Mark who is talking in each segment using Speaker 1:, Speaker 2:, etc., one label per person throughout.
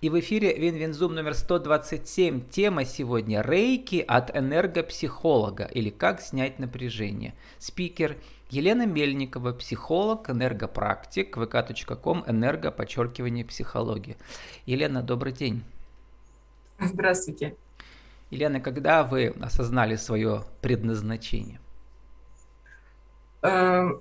Speaker 1: И в эфире Винвинзум номер 127. Тема сегодня «Рейки от энергопсихолога» или «Как снять напряжение». Спикер Елена Мельникова, психолог, энергопрактик, vk.com, энерго, подчеркивание, психологии. Елена, добрый день.
Speaker 2: Здравствуйте.
Speaker 1: Елена, когда вы осознали свое предназначение?
Speaker 2: Эм,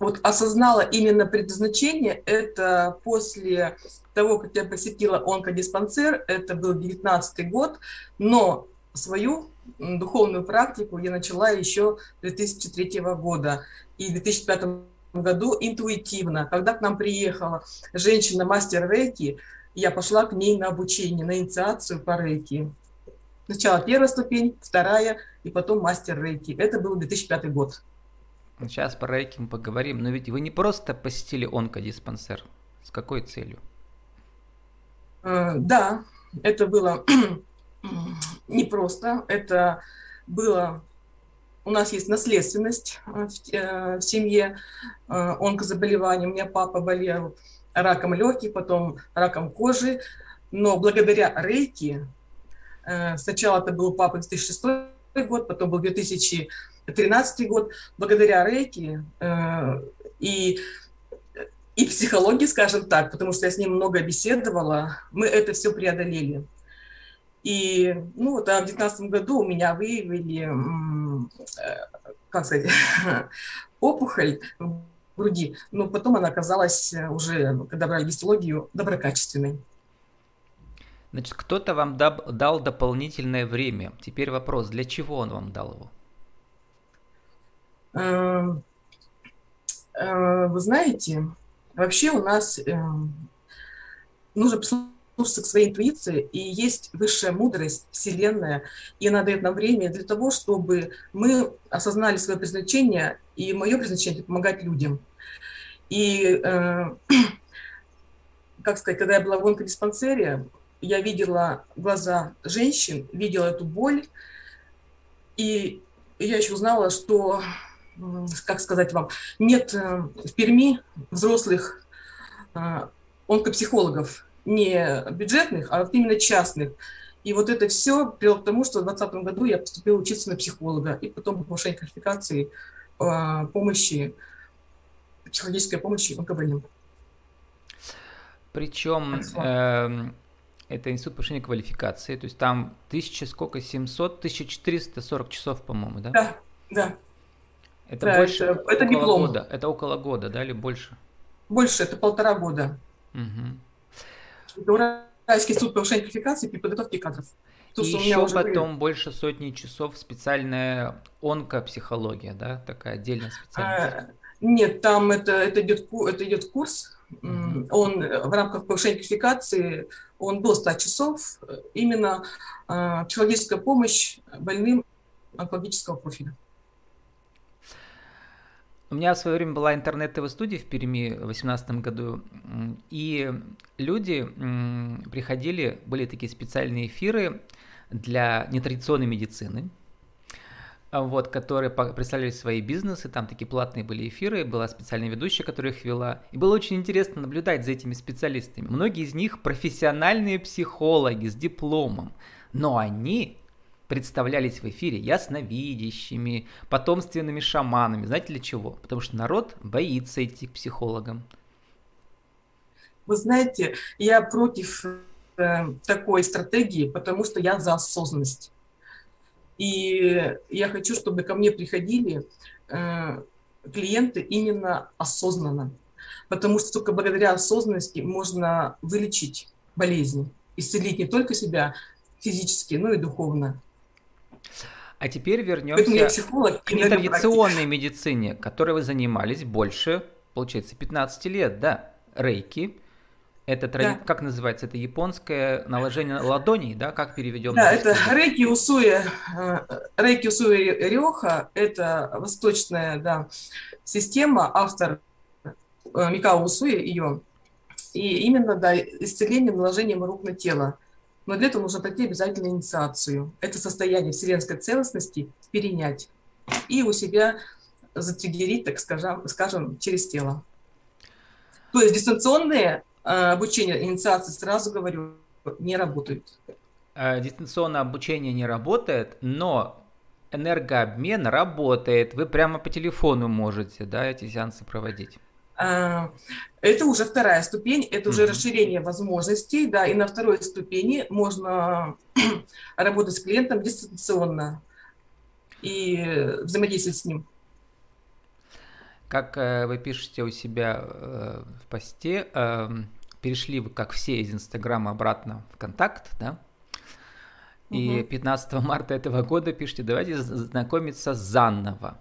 Speaker 2: Вот осознала именно предназначение, это после того, как я посетила онкодиспансер, это был 19 год, но свою м, духовную практику я начала еще 2003 года и в 2005 году интуитивно, когда к нам приехала женщина-мастер рейки, я пошла к ней на обучение, на инициацию по рейки. Сначала первая ступень, вторая, и потом мастер рейки. Это был 2005 год.
Speaker 1: Сейчас про рейки мы поговорим, но ведь вы не просто посетили онкодиспансер. С какой целью?
Speaker 2: Э, Да, это было м, непросто. Это было... У нас есть наследственность э, в, те- э, в семье э, онкозаболеваний. У меня папа болел раком легких, потом раком кожи. Но благодаря рейки, э, сначала это был папа 2006 год, потом был 2013 год, благодаря рейки э, и и психологии, скажем так, потому что я с ним много беседовала, мы это все преодолели. И, ну, вот, а в 2019 году у меня выявили, м, э, как сказать, опухоль в груди, но потом она оказалась э, уже, когда брали гистологию, доброкачественной.
Speaker 1: Значит, кто-то вам даб- дал дополнительное время. Теперь вопрос, для чего он вам дал его?
Speaker 2: Э, э, Вы знаете, вообще у нас э, нужно прислушаться к своей интуиции, и есть высшая мудрость, Вселенная, и она дает нам время для того, чтобы мы осознали свое предназначение, и мое предназначение – это помогать людям. И, э, как сказать, когда я была в онкодиспансере, я видела глаза женщин, видела эту боль, и я еще узнала, что м, как сказать вам, нет э, в Перми взрослых э, онкопсихологов, не бюджетных, а вот именно частных. И вот это все привело к тому, что в 2020 году я поступила учиться на психолога, и потом повышение квалификации э, помощи, психологической помощи онкобольным.
Speaker 1: Причем
Speaker 2: Хорошо.
Speaker 1: эм, это институт повышения квалификации, то есть там тысяча сколько, 700, 1440 часов, по-моему, да?
Speaker 2: Да, да.
Speaker 1: Это
Speaker 2: да,
Speaker 1: больше,
Speaker 2: это- это
Speaker 1: около
Speaker 2: диплом.
Speaker 1: года, это около года, да, или больше?
Speaker 2: Больше, это полтора года.
Speaker 1: Мгм.
Speaker 2: Это Уральский институт повышения квалификации при подготовке кадров. То,
Speaker 1: И
Speaker 2: что у меня
Speaker 1: еще
Speaker 2: уже были.
Speaker 1: потом больше сотни часов специальная онкопсихология, да, такая отдельная специальность.
Speaker 2: А, Нет, там это, это, идет, ку- это идет курс. М,
Speaker 1: Мгм.
Speaker 2: Он э, в рамках повышения квалификации, он до 100 часов. э, Именно а, психологическая помощь больным онкологического профиля.
Speaker 1: У меня в свое время была интернет-тв студия в Перми в 2018 году, м, и люди м, приходили, были такие специальные эфиры для нетрадиционной медицины, а, вот, которые по- представляли свои бизнесы, там такие платные были эфиры, была специальная ведущая, которая их вела. И было очень интересно наблюдать за этими специалистами. Многие из них профессиональные психологи с дипломом, но они представлялись в эфире ясновидящими, потомственными шаманами. Знаете для чего? Потому что народ боится идти к психологам.
Speaker 2: Вы знаете, я против э, такой стратегии, потому что я за осознанность. И я хочу, чтобы ко мне приходили э, клиенты именно осознанно. Потому что только благодаря осознанности можно вылечить болезни, исцелить не только себя физически, но и духовно.
Speaker 1: А теперь
Speaker 2: Поэтому я
Speaker 1: вернемся
Speaker 2: психолог.
Speaker 1: к
Speaker 2: и энергопрактик.
Speaker 1: нетрадиционной медицине, которой вы занимались больше, получается, 15 лет, да? Рейки. Это тради-
Speaker 2: Да.
Speaker 1: как называется? Это японское наложение ладоней, да? Как переведем?
Speaker 2: Да,
Speaker 1: на русский
Speaker 2: это
Speaker 1: язык?
Speaker 2: рейки усуя, э, рейки усуя Ре- Реоха, это восточная да, система, автор э, Микао Усуя ее, и именно да, исцелением, наложением рук на тело. Но для этого нужно пройти обязательно инициацию. Это состояние вселенской целостности перенять и у себя затриггерить, так скажем, скажем через тело. То есть дистанционные обучение инициации, сразу говорю, не работают.
Speaker 1: А, Дистанционное обучение не работает, но энергообмен работает. Вы прямо по телефону можете да, эти сеансы проводить.
Speaker 2: Э, Это уже вторая ступень, это уже mm-hmm. расширение возможностей, да, и на второй ступени можно работать с клиентом дистанционно и взаимодействовать с ним.
Speaker 1: Как э, вы пишете у себя э, в посте, эм, перешли вы, как все, из Инстаграма обратно в Контакт, да? И 15 марта этого года пишите, давайте знакомиться заново.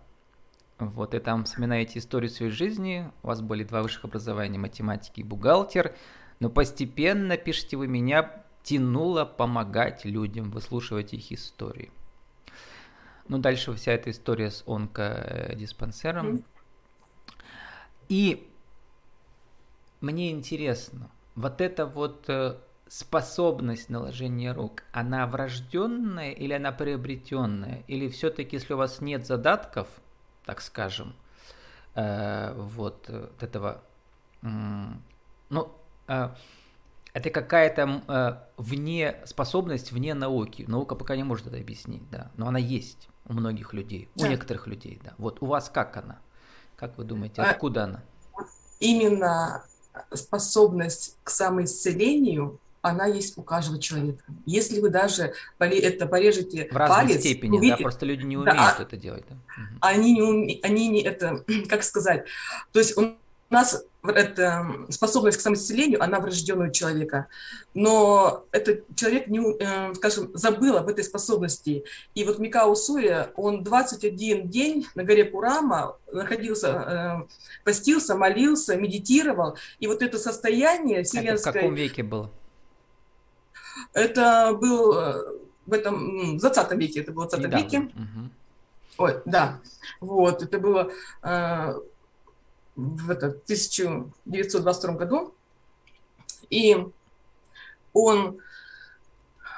Speaker 1: Вот, и там вспоминаете историю своей жизни, у вас были два высших образования, математики и бухгалтер, но постепенно, пишите вы, меня тянуло помогать людям, выслушивать их истории. Ну, дальше вся эта история с онкодиспансером. И мне интересно, вот это вот э, способность наложения рук, она врожденная или она приобретенная? Или все-таки, если у вас нет задатков, так скажем, э, вот, вот этого, э, ну, э, это какая-то э, вне способность, вне науки. Наука пока не может это объяснить, да, но она есть у многих людей, да. у некоторых людей, да. Вот у вас как она? Как вы думаете, откуда а, она?
Speaker 2: Именно способность к самоисцелению она есть у каждого человека. Если вы даже это порежете
Speaker 1: в разной палец, степени, увидите, да, просто люди не умеют да, а это делать. Да.
Speaker 2: Они не уме, они не это, как сказать, то есть у нас эта способность к самоисцелению, она врожденная у человека, но этот человек, не, э, скажем, забыл об этой способности. И вот Микао Суя, он 21 день на горе Пурама находился, э, постился, молился, медитировал, и вот это состояние вселенское...
Speaker 1: Это в каком веке было?
Speaker 2: Это был э, в этом в 20 веке, это было в 20 Недавно. веке. Угу. Ой, да, вот, это было э, в это, 1922 году. И он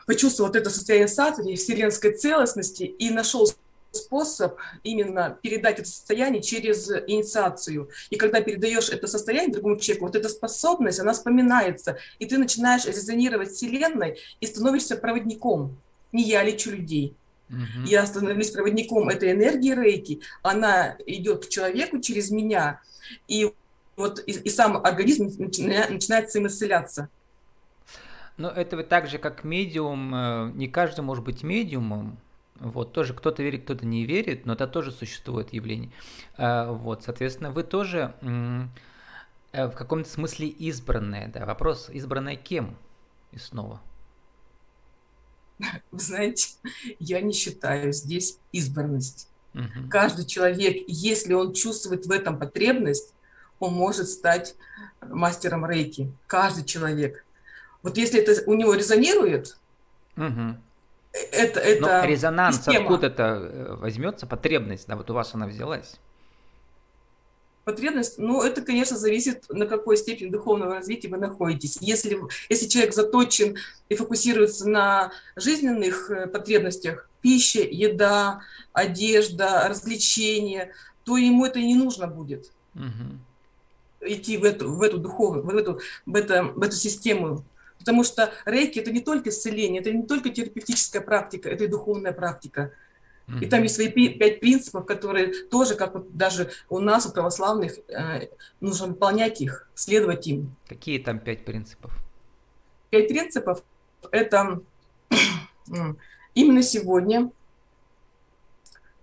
Speaker 2: почувствовал вот это состояние сатви, вселенской целостности и нашел способ именно передать это состояние через инициацию. И когда передаешь это состояние другому человеку, вот эта способность, она вспоминается, и ты начинаешь резонировать Вселенной и становишься проводником. Не я лечу людей. Угу. Я становлюсь проводником этой энергии рейки. Она идет к человеку через меня, и вот и, и сам организм начинает, начинает самоисцеляться.
Speaker 1: Но это так же, как медиум, э, не каждый может быть медиумом, вот, тоже кто-то верит, кто-то не верит, но это тоже существует явление. Э, Вот, соответственно, вы тоже э, в каком-то смысле избранная, да. Вопрос, избранная кем? И снова.
Speaker 2: Вы знаете, я не считаю здесь избранность. Угу. Каждый человек, если он чувствует в этом потребность, он может стать мастером рейки. Каждый человек. Вот если это у него резонирует, угу
Speaker 1: это, это Но резонанс система. откуда-то э, возьмется, потребность, да, вот у вас она взялась.
Speaker 2: Потребность, ну, это, конечно, зависит, на какой степени духовного развития вы находитесь. Если, если человек заточен и фокусируется на жизненных э, потребностях, пища, еда, одежда, развлечения, то ему это не нужно будет. Угу. Идти в эту, в эту духовную, в эту, в, это, в эту систему Потому что рейки это не только исцеление, это не только терапевтическая практика, это и духовная практика. Mm-hmm. И там есть свои пять принципов, которые тоже, как вот даже у нас, у православных, э, нужно выполнять их, следовать им.
Speaker 1: Какие там пять принципов?
Speaker 2: Пять принципов это именно сегодня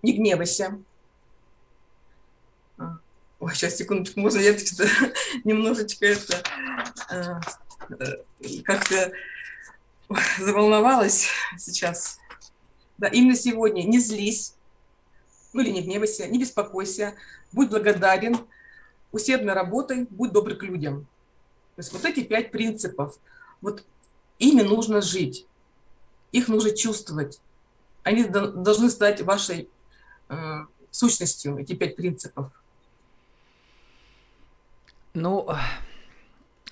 Speaker 2: не гневайся. А, Ой, сейчас, секундочку, можно я немножечко это как-то заволновалась сейчас. Да, именно сегодня не злись, ну или не гневайся, не беспокойся, будь благодарен, усердно работай, будь добр к людям. То есть вот эти пять принципов, вот ими нужно жить, их нужно чувствовать. Они должны стать вашей э, сущностью, эти пять принципов.
Speaker 1: Ну,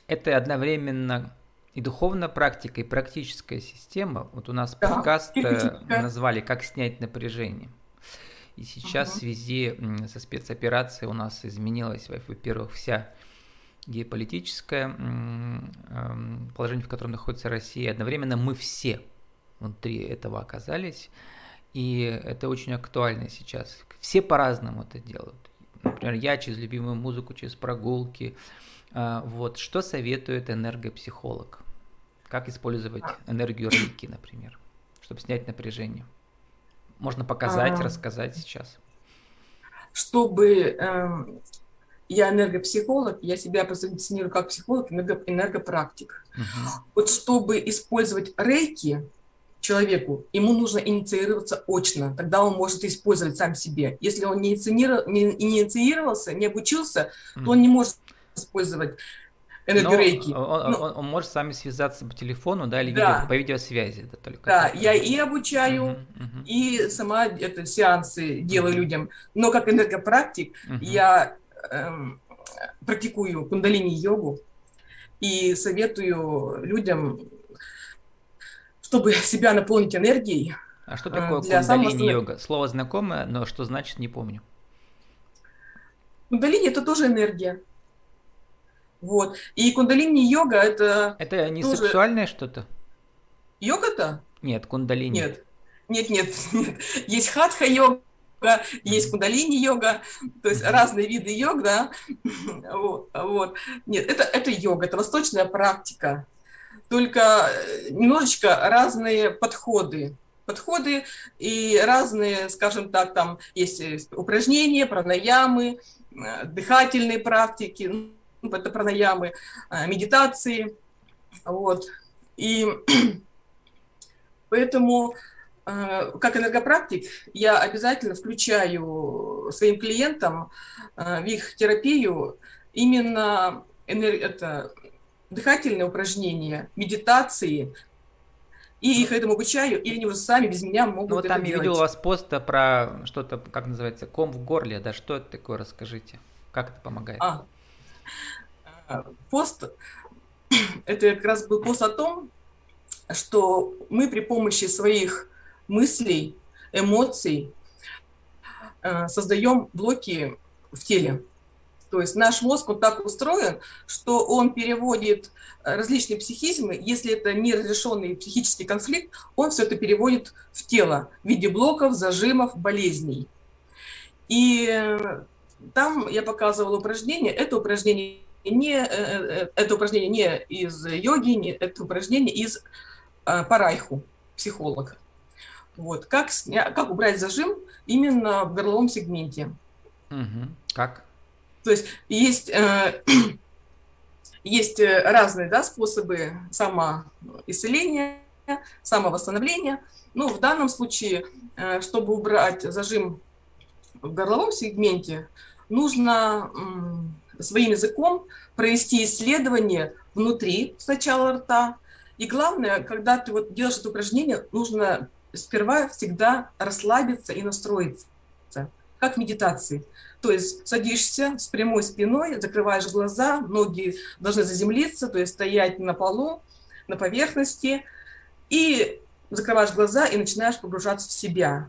Speaker 1: это одновременно и духовная практика, и практическая система. Вот у нас да. подкаст э, назвали «Как снять напряжение». И сейчас угу. в связи со спецоперацией у нас изменилась, во-первых, вся геополитическое эм, положение, в котором находится Россия. Одновременно мы все внутри этого оказались, и это очень актуально сейчас. Все по-разному это делают. Например, я через любимую музыку, через прогулки. А, Вот что советует энергопсихолог? Как использовать энергию рейки, например, чтобы снять напряжение? Можно показать, а... рассказать сейчас.
Speaker 2: Чтобы э, я энергопсихолог, я себя позиционирую как психолог, энерго, энергопрактик. Угу. Uh-huh. Вот чтобы использовать рейки человеку, ему нужно инициироваться очно, тогда он может использовать сам себе. Если он не, инициировал, не инициировался, не обучился, угу. Uh-huh. то он не может использовать энергорейки.
Speaker 1: Но он, ну, он, он может с вами связаться по телефону, да, или да. Видео, по видеосвязи. Да, только
Speaker 2: да я и обучаю, uh-huh, uh-huh. и сама это, сеансы делаю uh-huh. людям. Но как энергопрактик uh-huh. я эм, практикую кундалини-йогу и советую людям, чтобы себя наполнить энергией.
Speaker 1: А
Speaker 2: э,
Speaker 1: что такое кундалини-йога? Слово знакомое, но что значит, не помню.
Speaker 2: Кундалини – это тоже энергия. Вот. И кундалини-йога – это…
Speaker 1: Это не тоже... сексуальное что-то?
Speaker 2: Йога-то?
Speaker 1: Нет, кундалини.
Speaker 2: Нет. Нет, нет, нет. Есть хатха-йога, йога, есть кундалини йога, то есть разные виды йог, да. вот, вот. Нет, это, это йога, это восточная практика, только э, немножечко разные подходы подходы и разные, скажем так, там есть э, упражнения, пранаямы, э, дыхательные практики, ну, это пранаямы, э, медитации, вот. И поэтому э, как энергопрактик я обязательно включаю своим клиентам э, в их терапию именно энер... это дыхательные упражнения, медитации, и их этому обучаю, или они уже сами без меня могут ну, вот
Speaker 1: это там
Speaker 2: делать.
Speaker 1: я видел у вас пост э, про что-то, как называется, ком в горле, да, что это такое, расскажите, как это помогает?
Speaker 2: А. Пост, это как раз был пост о том, что мы при помощи своих мыслей, эмоций э, создаем блоки в теле. То есть наш мозг, он так устроен, что он переводит э, различные психизмы, если это неразрешенный психический конфликт, он все это переводит в тело в виде блоков, зажимов, болезней. И э, там я показывала упражнение, это упражнение не, э, это упражнение не из йоги, не, это упражнение из э, парайху, психолог. Вот. Как, сня, как убрать зажим именно в горловом сегменте.
Speaker 1: Угу. Как?
Speaker 2: То есть есть, э, есть э, разные да, способы самоисцеления, самовосстановления. Но в данном случае, э, чтобы убрать зажим в горловом сегменте, нужно э, своим языком провести исследование внутри сначала рта, и главное, когда ты вот делаешь это упражнение, нужно сперва всегда расслабиться и настроиться, как в медитации. То есть садишься с прямой спиной, закрываешь глаза, ноги должны заземлиться, то есть стоять на полу, на поверхности, и закрываешь глаза и начинаешь погружаться в себя.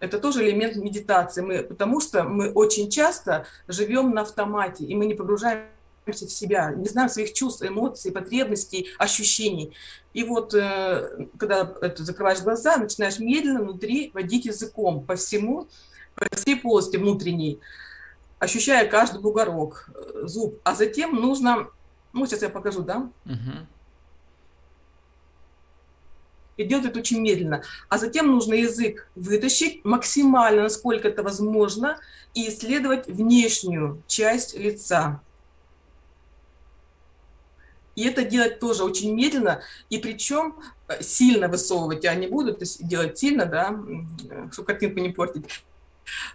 Speaker 2: Это тоже элемент медитации, мы, потому что мы очень часто живем на автомате, и мы не погружаем погружаемся в себя, не знаем своих чувств, эмоций, потребностей, ощущений. И вот, э, когда это, закрываешь глаза, начинаешь медленно внутри водить языком по всему, по всей полости внутренней, ощущая каждый бугорок, зуб. А затем нужно, ну, сейчас я покажу, да? Угу. И делать это очень медленно. А затем нужно язык вытащить максимально, насколько это возможно, и исследовать внешнюю часть лица. И это делать тоже очень медленно, и причем сильно высовывать я не буду, то есть делать сильно, да, чтобы картинку не портить.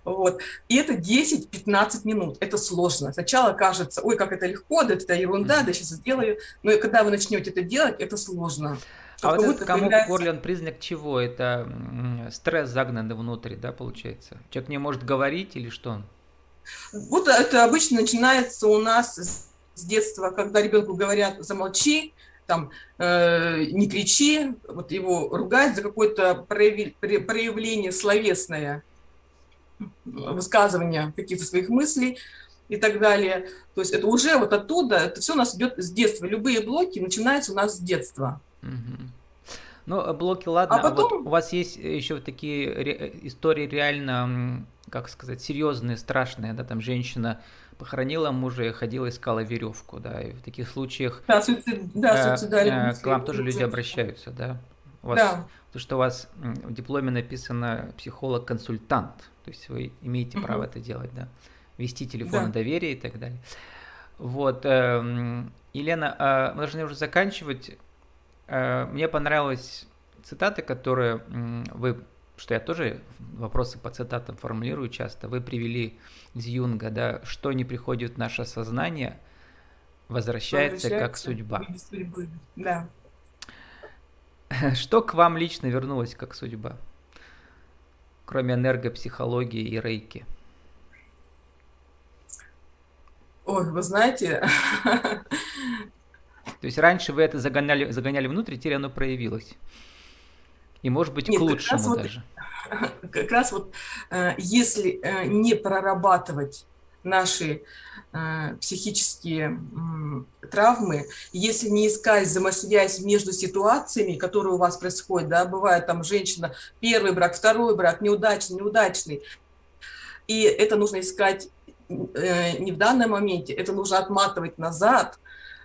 Speaker 2: Вот. И это 10-15 минут. Это сложно. Сначала кажется, ой, как это легко, да это ерунда, да сейчас сделаю. Но и когда вы начнете это делать, это сложно.
Speaker 1: А как вот этот комок появляется... в горле, он признак чего? Это стресс загнанный внутрь, да, получается? Человек не может говорить или что?
Speaker 2: Вот это обычно начинается у нас с детства, когда ребенку говорят замолчи, там э, не кричи, вот его ругают за какое-то проявление словесное, высказывание каких-то своих мыслей, и так далее. То есть это уже вот оттуда, это все у нас идет с детства. Любые блоки начинаются у нас с детства.
Speaker 1: Угу. Ну, блоки, ладно, а, потом... а вот у вас есть еще такие ре- э, истории реально, как сказать, серьезные, страшные, да, там женщина похоронила мужа и ходила, искала веревку, да, и в таких случаях
Speaker 2: да, суицид... да,
Speaker 1: э, суицидальные э, к вам тоже люди обращаются, да? У вас, да. То, что у вас в дипломе написано психолог-консультант, то есть вы имеете угу. право это делать, да, вести телефон да. доверия и так далее. Вот, эм, Елена, а мы должны уже заканчивать. Э, Мне понравилась цитата, которую вы, что я тоже вопросы по цитатам формулирую часто, вы привели из Юнга, да, что не приходит в наше сознание, возвращается, возвращается как судьба.
Speaker 2: Судьбы. Да.
Speaker 1: Что к вам лично вернулось как судьба, кроме энергопсихологии и рейки?
Speaker 2: Ой, вы знаете,
Speaker 1: то есть раньше вы это загоняли, загоняли внутрь, теперь оно проявилось. И может быть Нет, к лучшему
Speaker 2: как
Speaker 1: даже.
Speaker 2: Вот, как раз вот э, если не прорабатывать наши э, психические травмы, если не искать взаимосвязь между ситуациями, которые у вас происходят, да, бывает там женщина, первый брак, второй брак, неудачный, неудачный, и это нужно искать э, не в данном моменте, это нужно отматывать назад,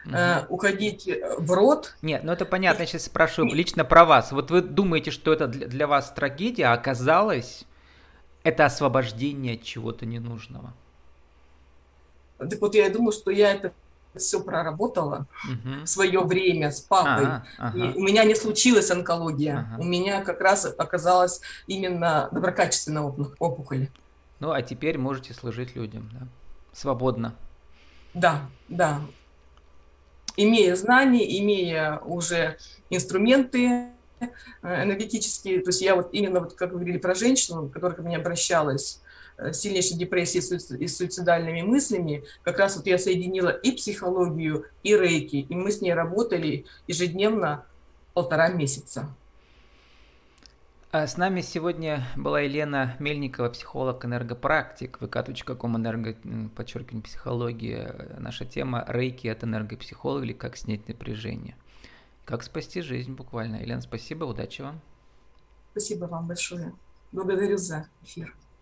Speaker 2: угу. Uh-huh. уходить в рот.
Speaker 1: Нет, ну это понятно, я сейчас спрашиваю лично про вас. Вот вы думаете, что это для, для вас трагедия, а оказалось, это освобождение от чего-то ненужного.
Speaker 2: Так вот я думаю, что я это все проработала угу. Uh-huh. в свое время с папой.
Speaker 1: А,
Speaker 2: Ага, ага. И у меня не случилась онкология. Ага. У меня как раз оказалась именно доброкачественная опухоль.
Speaker 1: Ну, а теперь можете служить людям, да? Свободно.
Speaker 2: Да, да имея знания, имея уже инструменты э, энергетические, то есть я вот именно, вот, как вы говорили про женщину, которая ко мне обращалась э, с сильнейшей депрессией и суицидальными мыслями, как раз вот я соединила и психологию, и рейки, и мы с ней работали ежедневно полтора месяца.
Speaker 1: А С нами сегодня была Елена Мельникова, психолог, энергопрактик, vk.com, энерго, подчеркивание, психология. Наша тема «Рейки от энергопсихолога» или «Как снять напряжение». Как спасти жизнь буквально. Елена, спасибо, удачи вам.
Speaker 2: Спасибо вам большое. Благодарю за эфир.